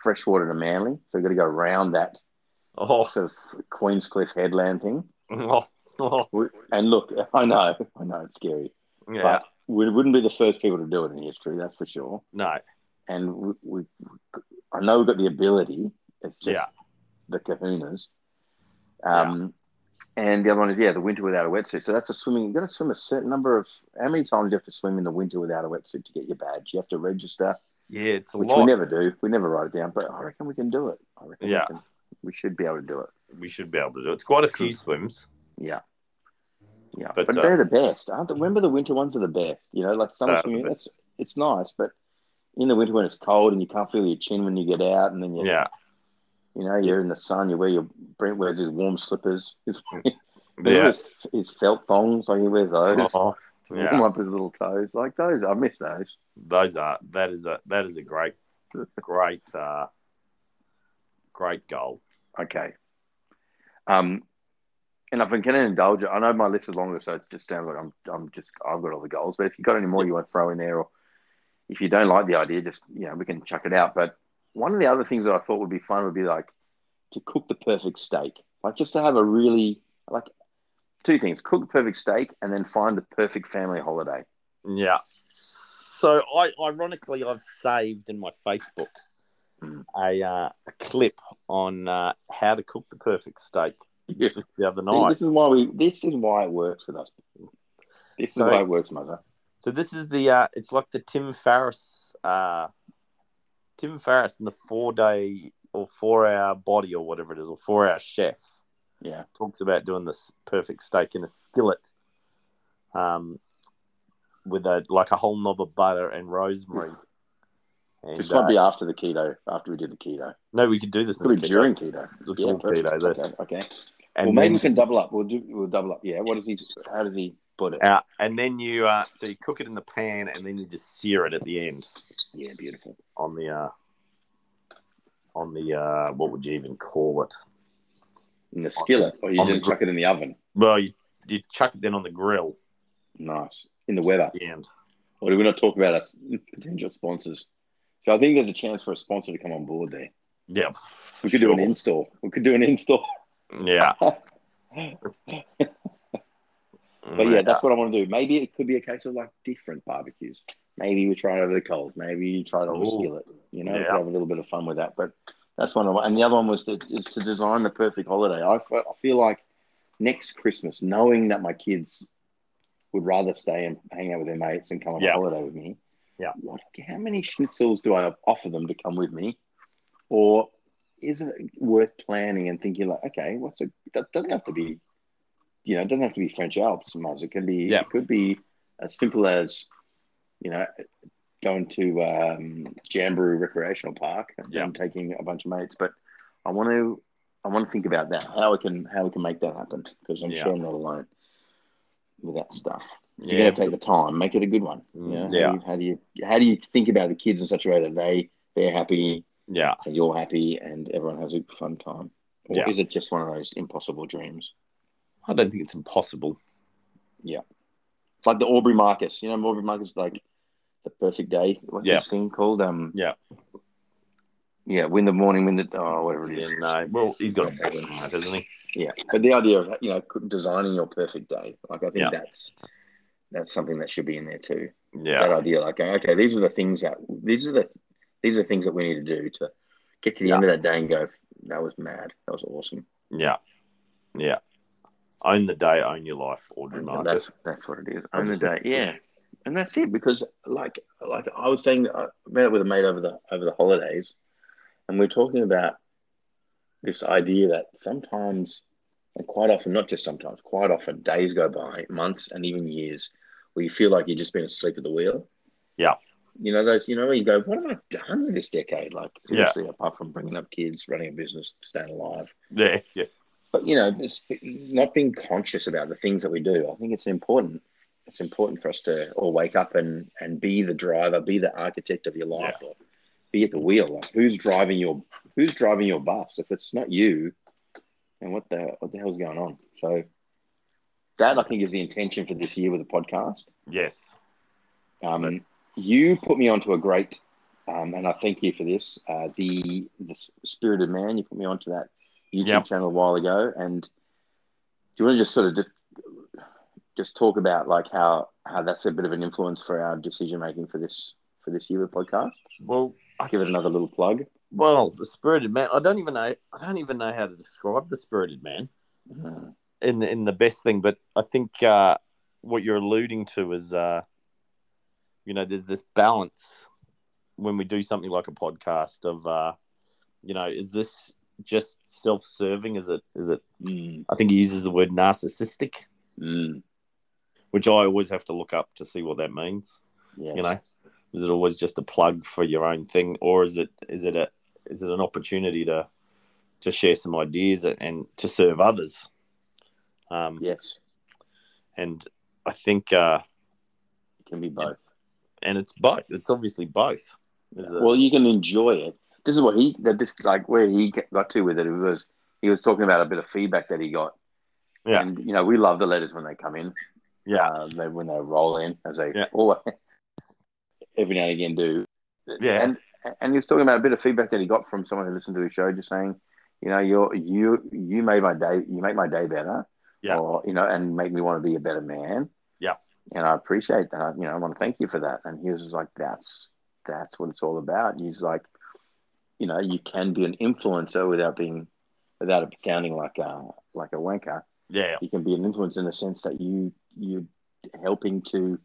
Speaker 1: freshwater to Manly, so we've got to go around that
Speaker 2: Oh,
Speaker 1: sort of Queenscliff headland thing.
Speaker 2: oh, oh
Speaker 1: We- And look, I know, I know it's scary,
Speaker 2: yeah.
Speaker 1: but we wouldn't be the first people to do it in history, that's for sure.
Speaker 2: No,
Speaker 1: And we, we, we- I know we've got the ability. It's just
Speaker 2: yeah,
Speaker 1: the Kahunas. Um, And the other one is yeah, the winter without a wetsuit. So that's a swimming. You've got to swim a certain number of. How many times do you have to swim in the winter without a wetsuit to get your badge? You have to register.
Speaker 2: yeah, it's a
Speaker 1: which
Speaker 2: lot.
Speaker 1: we
Speaker 2: We,
Speaker 1: never do. We never write it down, but I reckon we can do it. I reckon
Speaker 2: Yeah.
Speaker 1: we, can, we should be able to do it.
Speaker 2: should be able to do it. It's quite a few swims.
Speaker 1: Yeah, yeah. But,
Speaker 2: But, uh,
Speaker 1: they're the best. Aren't they? Remember, the winter ones are the best. You know, like
Speaker 2: They
Speaker 1: summer
Speaker 2: are the
Speaker 1: swimming.
Speaker 2: best.
Speaker 1: That's it's nice, but in the winter when it's cold and you can't feel your chin when you get out, and then you
Speaker 2: Yeah,
Speaker 1: you know you're in the sun, you wear your Brent wears his warm slippers. His,
Speaker 2: yeah.
Speaker 1: his, his felt thongs, like he wears those.
Speaker 2: Oh,
Speaker 1: to
Speaker 2: Yeah.
Speaker 1: warm up his little toes. Like those, I miss those.
Speaker 2: those are that is a that is a great, great, uh, great goal.
Speaker 1: Okay. Um, and if I can indulge it, I know my list is longer, so it just sounds like I'm, I'm just, I've got all the goals. But if you've got any more you want to throw in there, or if you don't like the idea, just you know, we can chuck it out. But one of the other things that I thought would be fun would be like to cook the perfect steak. Like just to have a really like two things: cook the perfect steak, and then find the perfect family holiday.
Speaker 2: Yeah. So I ironically I've saved in my Facebook
Speaker 1: Mm.
Speaker 2: a uh, a clip on uh, how to cook the perfect steak
Speaker 1: Yeah.
Speaker 2: just the other
Speaker 1: See,
Speaker 2: night.
Speaker 1: This is why we. This is why it works with us. This
Speaker 2: So-
Speaker 1: is why it works, mother.
Speaker 2: So this is the uh, it's like the Tim Ferriss uh, Tim Ferriss and the four day or four hour body or whatever it is or four hour chef
Speaker 1: Yeah.
Speaker 2: talks about doing this perfect steak in a skillet um, with a like a whole knob of butter and rosemary. And,
Speaker 1: This
Speaker 2: uh,
Speaker 1: might be after the keto. After we did the keto,
Speaker 2: no, we could do this in
Speaker 1: could
Speaker 2: the
Speaker 1: be
Speaker 2: keto.
Speaker 1: during keto.
Speaker 2: It's all
Speaker 1: perfect.
Speaker 2: keto, this.
Speaker 1: Okay. okay.
Speaker 2: and
Speaker 1: well, maybe
Speaker 2: then
Speaker 1: we can double up. We'll do. We'll double up. Yeah. What does he? How does he put it?
Speaker 2: Uh, and then you uh, so you cook it in the pan, and then you just sear it at the end
Speaker 1: Yeah. Beautiful.
Speaker 2: on the uh, on the uh, what would you even call it?
Speaker 1: In the skillet, or you
Speaker 2: On the
Speaker 1: just
Speaker 2: gr-
Speaker 1: chuck it in the oven.
Speaker 2: Well, you, you chuck it then on the grill
Speaker 1: Nice. In the weather.
Speaker 2: at the end.
Speaker 1: Or do we not talk about us potential sponsors? So I think there's a chance for a sponsor to come on board there.
Speaker 2: Yeah,
Speaker 1: We could do an install. We could do an install.
Speaker 2: Yeah, Mm,
Speaker 1: But yeah, that's what I want to do. Maybe it could be a case of like different barbecues. Maybe you try it over the coals. Maybe you try it on the
Speaker 2: Ooh.
Speaker 1: skillet. You know,
Speaker 2: Yeah.
Speaker 1: we could have a little bit of fun with that. But that's one of and the other one was to, is to design the perfect holiday. I, fe- I feel like next Christmas, knowing that my kids would rather stay and hang out with their mates and come on
Speaker 2: Yeah.
Speaker 1: a holiday with me.
Speaker 2: Yeah.
Speaker 1: What? How many schnitzels do I offer them to come with me? Or is it worth planning and thinking like, okay, what's a that doesn't have to be, you know, it doesn't have to be French Alps, Muzz. It can be,
Speaker 2: Yeah.
Speaker 1: it could be as simple as, you know, going to um, Jamboree Recreational Park and
Speaker 2: Yeah.
Speaker 1: taking a bunch of mates. But I want to, I want to think about that how we can how we can make that happen because I'm
Speaker 2: Yeah.
Speaker 1: sure I'm not alone with that stuff. If
Speaker 2: Yeah, Mm,
Speaker 1: You're gonna take the time, make it a good one. You know, How do
Speaker 2: Yeah.
Speaker 1: you how do you, how do you think about the kids in such a way that they they're happy
Speaker 2: yeah,
Speaker 1: and you're happy and everyone has a fun time? Or
Speaker 2: Yeah.
Speaker 1: is it just one of those impossible dreams?
Speaker 2: I don't think it's impossible.
Speaker 1: It's like the Aubrey Marcus. You know, Aubrey Marcus is like the perfect day. What's
Speaker 2: Yeah.
Speaker 1: this thing called? Um,
Speaker 2: Yeah.
Speaker 1: Yeah, win the morning, win the oh, whatever it is.
Speaker 2: Yeah, no. Well, he's got a present mark, hasn't he?
Speaker 1: Yeah, but the idea of you know designing your perfect day, like I think
Speaker 2: Yeah.
Speaker 1: that's that's something that should be in there too.
Speaker 2: Yeah,
Speaker 1: That idea, like okay, these are the things that these are the these are the things that we need to do to get to the end of that day and go, that was mad, that was awesome.
Speaker 2: yeah, yeah. Own the day, own your life, Audrey
Speaker 1: And
Speaker 2: Marcus.
Speaker 1: that's that's what it is.
Speaker 2: I
Speaker 1: Own the
Speaker 2: just
Speaker 1: day,
Speaker 2: think-
Speaker 1: yeah. And that's it because like like I was saying, I met up with a mate over the over the holidays, and we are talking about this idea that sometimes and quite often, not just sometimes, quite often, days go by, months and even years, where you feel like you've just been asleep at the wheel.
Speaker 2: Yeah.
Speaker 1: You know those. You know where you go. What have I done with this decade? Like
Speaker 2: Yeah.
Speaker 1: seriously, apart from bringing up kids, running a business, staying alive
Speaker 2: Yeah, yeah,
Speaker 1: but you know, it's not being conscious about the things that we do. I think it's important. It's important for us to all wake up and and be the driver, be the architect of your life, or be at the wheel. Like who's driving your who's driving your bus? If it's not you, then what the what the hell's going on? So that I think is the intention for this year with the podcast.
Speaker 2: yes.
Speaker 1: Um,
Speaker 2: That's-
Speaker 1: you put me onto a great, um, and I thank you for this. Uh, the the Spirited Man, you put me onto that YouTube
Speaker 2: Yep.
Speaker 1: channel a while ago, and do you want to just sort of just just talk about like how how that's a bit of an influence for our decision making for this for this year with podcast?
Speaker 2: Well, I
Speaker 1: Give it another little plug.
Speaker 2: Well, the spirited man. I don't even know. I don't even know how to describe the spirited man in the, in the best thing. But I think uh, what you're alluding to is, uh, you know, there's this balance when we do something like a podcast of, uh, you know, is this just self-serving? Is it? Is it?
Speaker 1: Mm,
Speaker 2: I think he uses the word narcissistic,
Speaker 1: mm,
Speaker 2: which I always have to look up to see what that means.
Speaker 1: yeah.
Speaker 2: You know, is it always just a plug for your own thing, or is it? Is it a? Is it an opportunity to? to share some ideas and, and to serve others. Um,
Speaker 1: yes,
Speaker 2: And I think, uh,
Speaker 1: it can be both.
Speaker 2: and it's both. It's obviously both. There's a-
Speaker 1: Well, you can enjoy it. This is what he that this like where he got to with it. It was he was talking about a bit of feedback that he got.
Speaker 2: Yeah.
Speaker 1: And you know we love the letters when they come in,
Speaker 2: yeah,
Speaker 1: uh, they, when they roll in, as they
Speaker 2: Yeah.
Speaker 1: always every now and again do.
Speaker 2: Yeah.
Speaker 1: And and he was talking about a bit of feedback that he got from someone who listened to his show, just saying, you know, you're you you made my day. You make my day better.
Speaker 2: Yeah.
Speaker 1: Or you know, and make me want to be a better man.
Speaker 2: Yeah.
Speaker 1: And I appreciate that. I, you know, I want to thank you for that. And he was just like, that's that's what it's all about. He's like, you know, you can be an influencer without being without it sounding like a like a wanker.
Speaker 2: Yeah.
Speaker 1: You can be an influence in the sense that you you're helping to,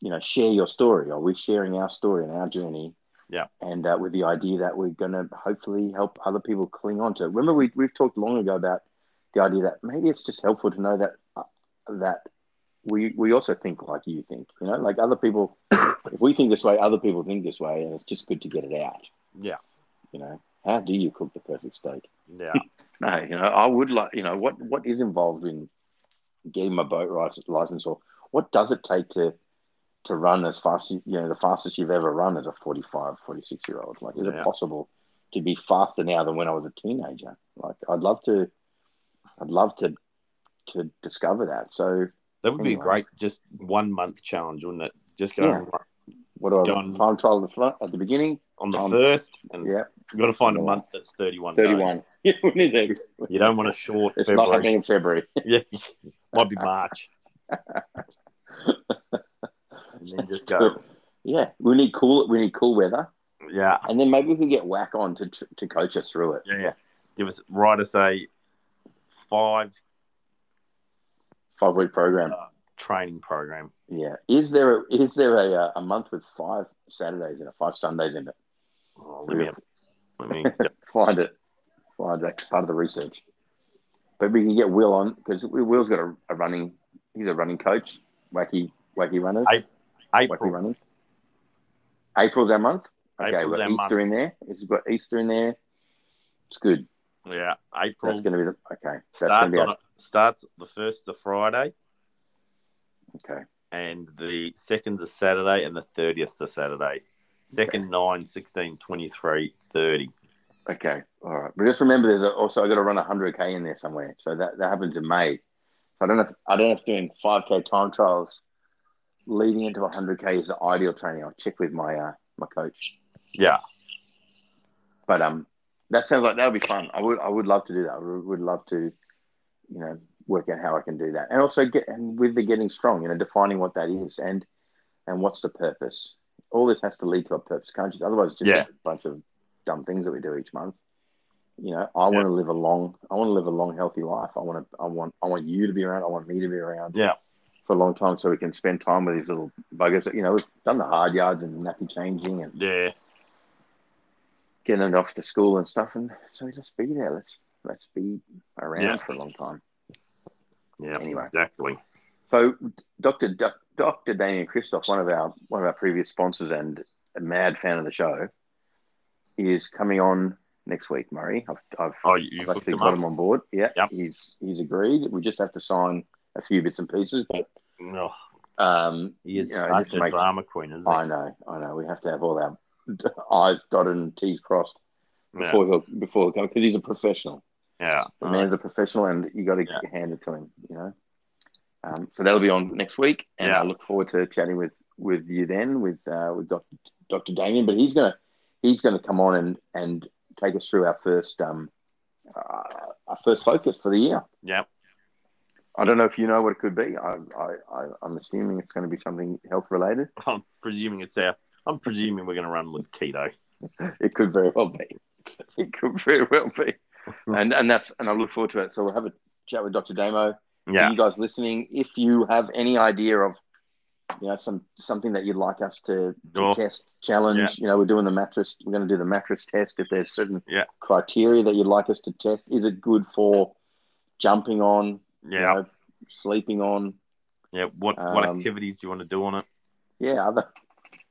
Speaker 1: you know, share your story, or we're sharing our story and our journey.
Speaker 2: Yeah.
Speaker 1: And uh, with the idea that we're going to hopefully help other people cling on to. it. Remember, we we've talked long ago about the idea that maybe it's just helpful to know that uh, that we we also think like you think. You know, like other people. if we think this way, other people think this way, and it's just good to get it out.
Speaker 2: Yeah.
Speaker 1: You know, how do you cook the perfect steak?
Speaker 2: Yeah.
Speaker 1: No, you know, I would like, you know, what what is involved in getting my boat license, license or what does it take to to run as fast, as- you know, the fastest you've ever run as a 45, 46 year old? Like, is
Speaker 2: Yeah.
Speaker 1: it possible to be faster now than when I was a teenager? Like, I'd love to, I'd love to to discover that. So,
Speaker 2: That would be a
Speaker 1: Anyway.
Speaker 2: great just one month challenge, wouldn't it? Just go
Speaker 1: Yeah. what do I
Speaker 2: Done.
Speaker 1: time trial at the front at the beginning?
Speaker 2: on the
Speaker 1: Um,
Speaker 2: first, and
Speaker 1: Yeah,
Speaker 2: you've got to find a
Speaker 1: Yeah.
Speaker 2: month that's thirty-one. days.
Speaker 1: thirty-one. We need that.
Speaker 2: You don't want a short
Speaker 1: It's not
Speaker 2: February.
Speaker 1: happening in February.
Speaker 2: yeah, might be March. and then just go.
Speaker 1: Yeah, we need cool. We need cool weather.
Speaker 2: Yeah,
Speaker 1: and then maybe we could get whack on to to coach us through it.
Speaker 2: yeah, yeah. Give us write us a five
Speaker 1: Five week program.
Speaker 2: uh, training program.
Speaker 1: Yeah. Is there a, is there a uh, a month with five Saturdays in it, five Sundays in it?
Speaker 2: Oh, let me, let me.
Speaker 1: Find it. Find that part of the research. But we can get Will on because Will's got a, a running. He's a running coach. Wacky wacky runners.
Speaker 2: April.
Speaker 1: Wacky
Speaker 2: April.
Speaker 1: runners. April's our month. Okay,
Speaker 2: April's
Speaker 1: we've got
Speaker 2: our
Speaker 1: Easter
Speaker 2: month.
Speaker 1: in there. We've got Easter in there. It's good.
Speaker 2: Yeah,
Speaker 1: That's
Speaker 2: April
Speaker 1: going to be the okay. That's going to
Speaker 2: starts
Speaker 1: be
Speaker 2: on
Speaker 1: our,
Speaker 2: a, starts the first is a Friday,
Speaker 1: okay.
Speaker 2: and the second's a Saturday, and the thirtieth's a Saturday. Second nine, 16, 23, 30.
Speaker 1: Okay, all right. But just remember, there's a, also I got to run hundred k in there somewhere, so that, that happens in May. So I don't know. If, I don't know if doing five k time trials leading into hundred k is the ideal training. I'll check with my uh, my coach.
Speaker 2: Yeah,
Speaker 1: But um, that sounds like that would be fun. I would I would love to do that. I would, would love to, you know, work out how I can do that, and also get and with the getting strong, you know, defining what that is and and what's the purpose. All this has to lead to a purpose, can't you? Otherwise, it's just
Speaker 2: Yeah.
Speaker 1: a bunch of dumb things that we do each month. You know, I want to live a long, I want to live a long, healthy life. I want to, I want, I want you to be around. I want me to be around
Speaker 2: yeah,
Speaker 1: for a long time, so we can spend time with these little buggers. That, you know, we've done the hard yards and nappy changing and
Speaker 2: yeah.
Speaker 1: getting them off to school and stuff. And so let's be there. Let's let's be around
Speaker 2: Yeah.
Speaker 1: for a long time.
Speaker 2: Yeah,
Speaker 1: Anyway.
Speaker 2: exactly.
Speaker 1: So, Doctor Doctor Damien Christoph, one of our one of our previous sponsors and a mad fan of the show, is coming on next week. Murray, I've, I've,
Speaker 2: Oh, you- you've
Speaker 1: I've
Speaker 2: hooked
Speaker 1: actually
Speaker 2: them
Speaker 1: got
Speaker 2: up.
Speaker 1: him on board. Yeah,
Speaker 2: Yep.
Speaker 1: he's he's agreed. We just have to sign a few bits and pieces, but
Speaker 2: No,
Speaker 1: um,
Speaker 2: Oh, he is
Speaker 1: you know,
Speaker 2: such
Speaker 1: just
Speaker 2: a
Speaker 1: make-
Speaker 2: drama queen, isn't
Speaker 1: I know, I know. We have to have all our I's dotted and T's crossed
Speaker 2: he? Yeah,
Speaker 1: before he'll before he'll come because he's a professional.
Speaker 2: yeah.
Speaker 1: The man's a professional, and you got to
Speaker 2: Yeah.
Speaker 1: hand it to him. You know. Um, so that'll be on next week, and
Speaker 2: Yeah.
Speaker 1: I look forward to chatting with with you then with uh, with Dr. Dr. Damien. But he's gonna he's gonna come on and and take us through our first um uh, our first focus for the year.
Speaker 2: yeah.
Speaker 1: I don't know if you know what it could be. I, I, I I'm assuming it's going to be something health related.
Speaker 2: I'm presuming it's our. I'm presuming we're going to run with keto.
Speaker 1: It could very well be. It could very well be. And and that's and I look forward to it. So we'll have a chat with Dr. Damo.
Speaker 2: Yeah,
Speaker 1: you guys listening, if you have any idea of you know some something that you'd like us to
Speaker 2: Sure.
Speaker 1: test challenge,
Speaker 2: Yeah.
Speaker 1: you know, we're doing the mattress. We're going to do the mattress test. If there's certain
Speaker 2: Yeah.
Speaker 1: criteria that you'd like us to test, is it good for jumping on? you
Speaker 2: yeah,
Speaker 1: know, sleeping on.
Speaker 2: yeah. What what
Speaker 1: Um,
Speaker 2: activities do you want to do on it?
Speaker 1: Yeah. Other,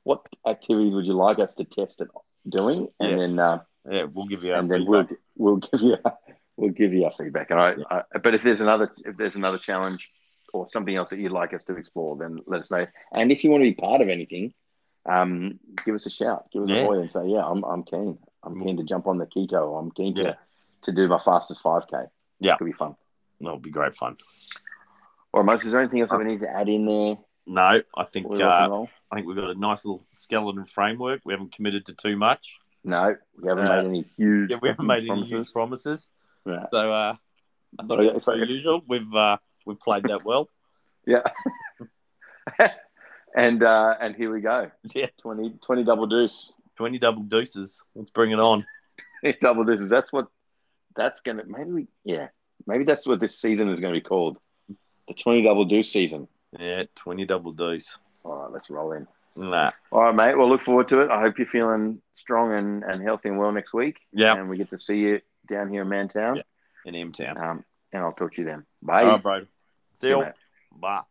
Speaker 1: what activities would you like us to test it doing? And
Speaker 2: Yeah.
Speaker 1: then uh,
Speaker 2: Yeah, we'll give you. Our
Speaker 1: and then
Speaker 2: feedback.
Speaker 1: we'll we'll give you we'll give you our feedback. And I, I but if there's another if there's another challenge or something else that you'd like us to explore, then let us know. And if you want to be part of anything, um, give us a shout, give us
Speaker 2: Yeah. Mm.
Speaker 1: a voice, and say, yeah, I'm I'm keen. I'm keen to jump on the keto. I'm keen to
Speaker 2: Yeah.
Speaker 1: to do my fastest five k.
Speaker 2: Yeah.
Speaker 1: could be fun.
Speaker 2: That'll be great fun.
Speaker 1: Or most is there anything else that we
Speaker 2: Uh,
Speaker 1: need to add in there?
Speaker 2: No, I think
Speaker 1: Before we rock and
Speaker 2: uh,
Speaker 1: roll?
Speaker 2: I think we've got a nice little skeleton framework. We haven't committed to too much.
Speaker 1: No, we haven't
Speaker 2: Uh,
Speaker 1: made any huge.
Speaker 2: Yeah, we haven't made any huge
Speaker 1: promises.
Speaker 2: promises.
Speaker 1: Yeah.
Speaker 2: So uh, I thought
Speaker 1: Okay,
Speaker 2: it was
Speaker 1: so
Speaker 2: per
Speaker 1: if-
Speaker 2: usual. We've uh, we've played that well.
Speaker 1: Yeah. and uh, and here we go.
Speaker 2: Yeah.
Speaker 1: 20, 20 double deuce.
Speaker 2: Twenty double deuces. Let's bring it on.
Speaker 1: double deuces. That's what. That's gonna maybe we yeah maybe that's what this season is gonna be called, the twenty double deuce season.
Speaker 2: Yeah, twenty double deuce.
Speaker 1: All right, let's roll in.
Speaker 2: Nah.
Speaker 1: All right, mate. Well, look forward to it. I hope you're feeling strong and, and healthy and well next week.
Speaker 2: Yeah.
Speaker 1: And we get to see you down here in Mantown.
Speaker 2: In M Town.
Speaker 1: Um, and I'll talk to you then. Bye.
Speaker 2: Uh, All right, bro. See
Speaker 1: See you,
Speaker 2: you.
Speaker 1: mate.
Speaker 2: Bye.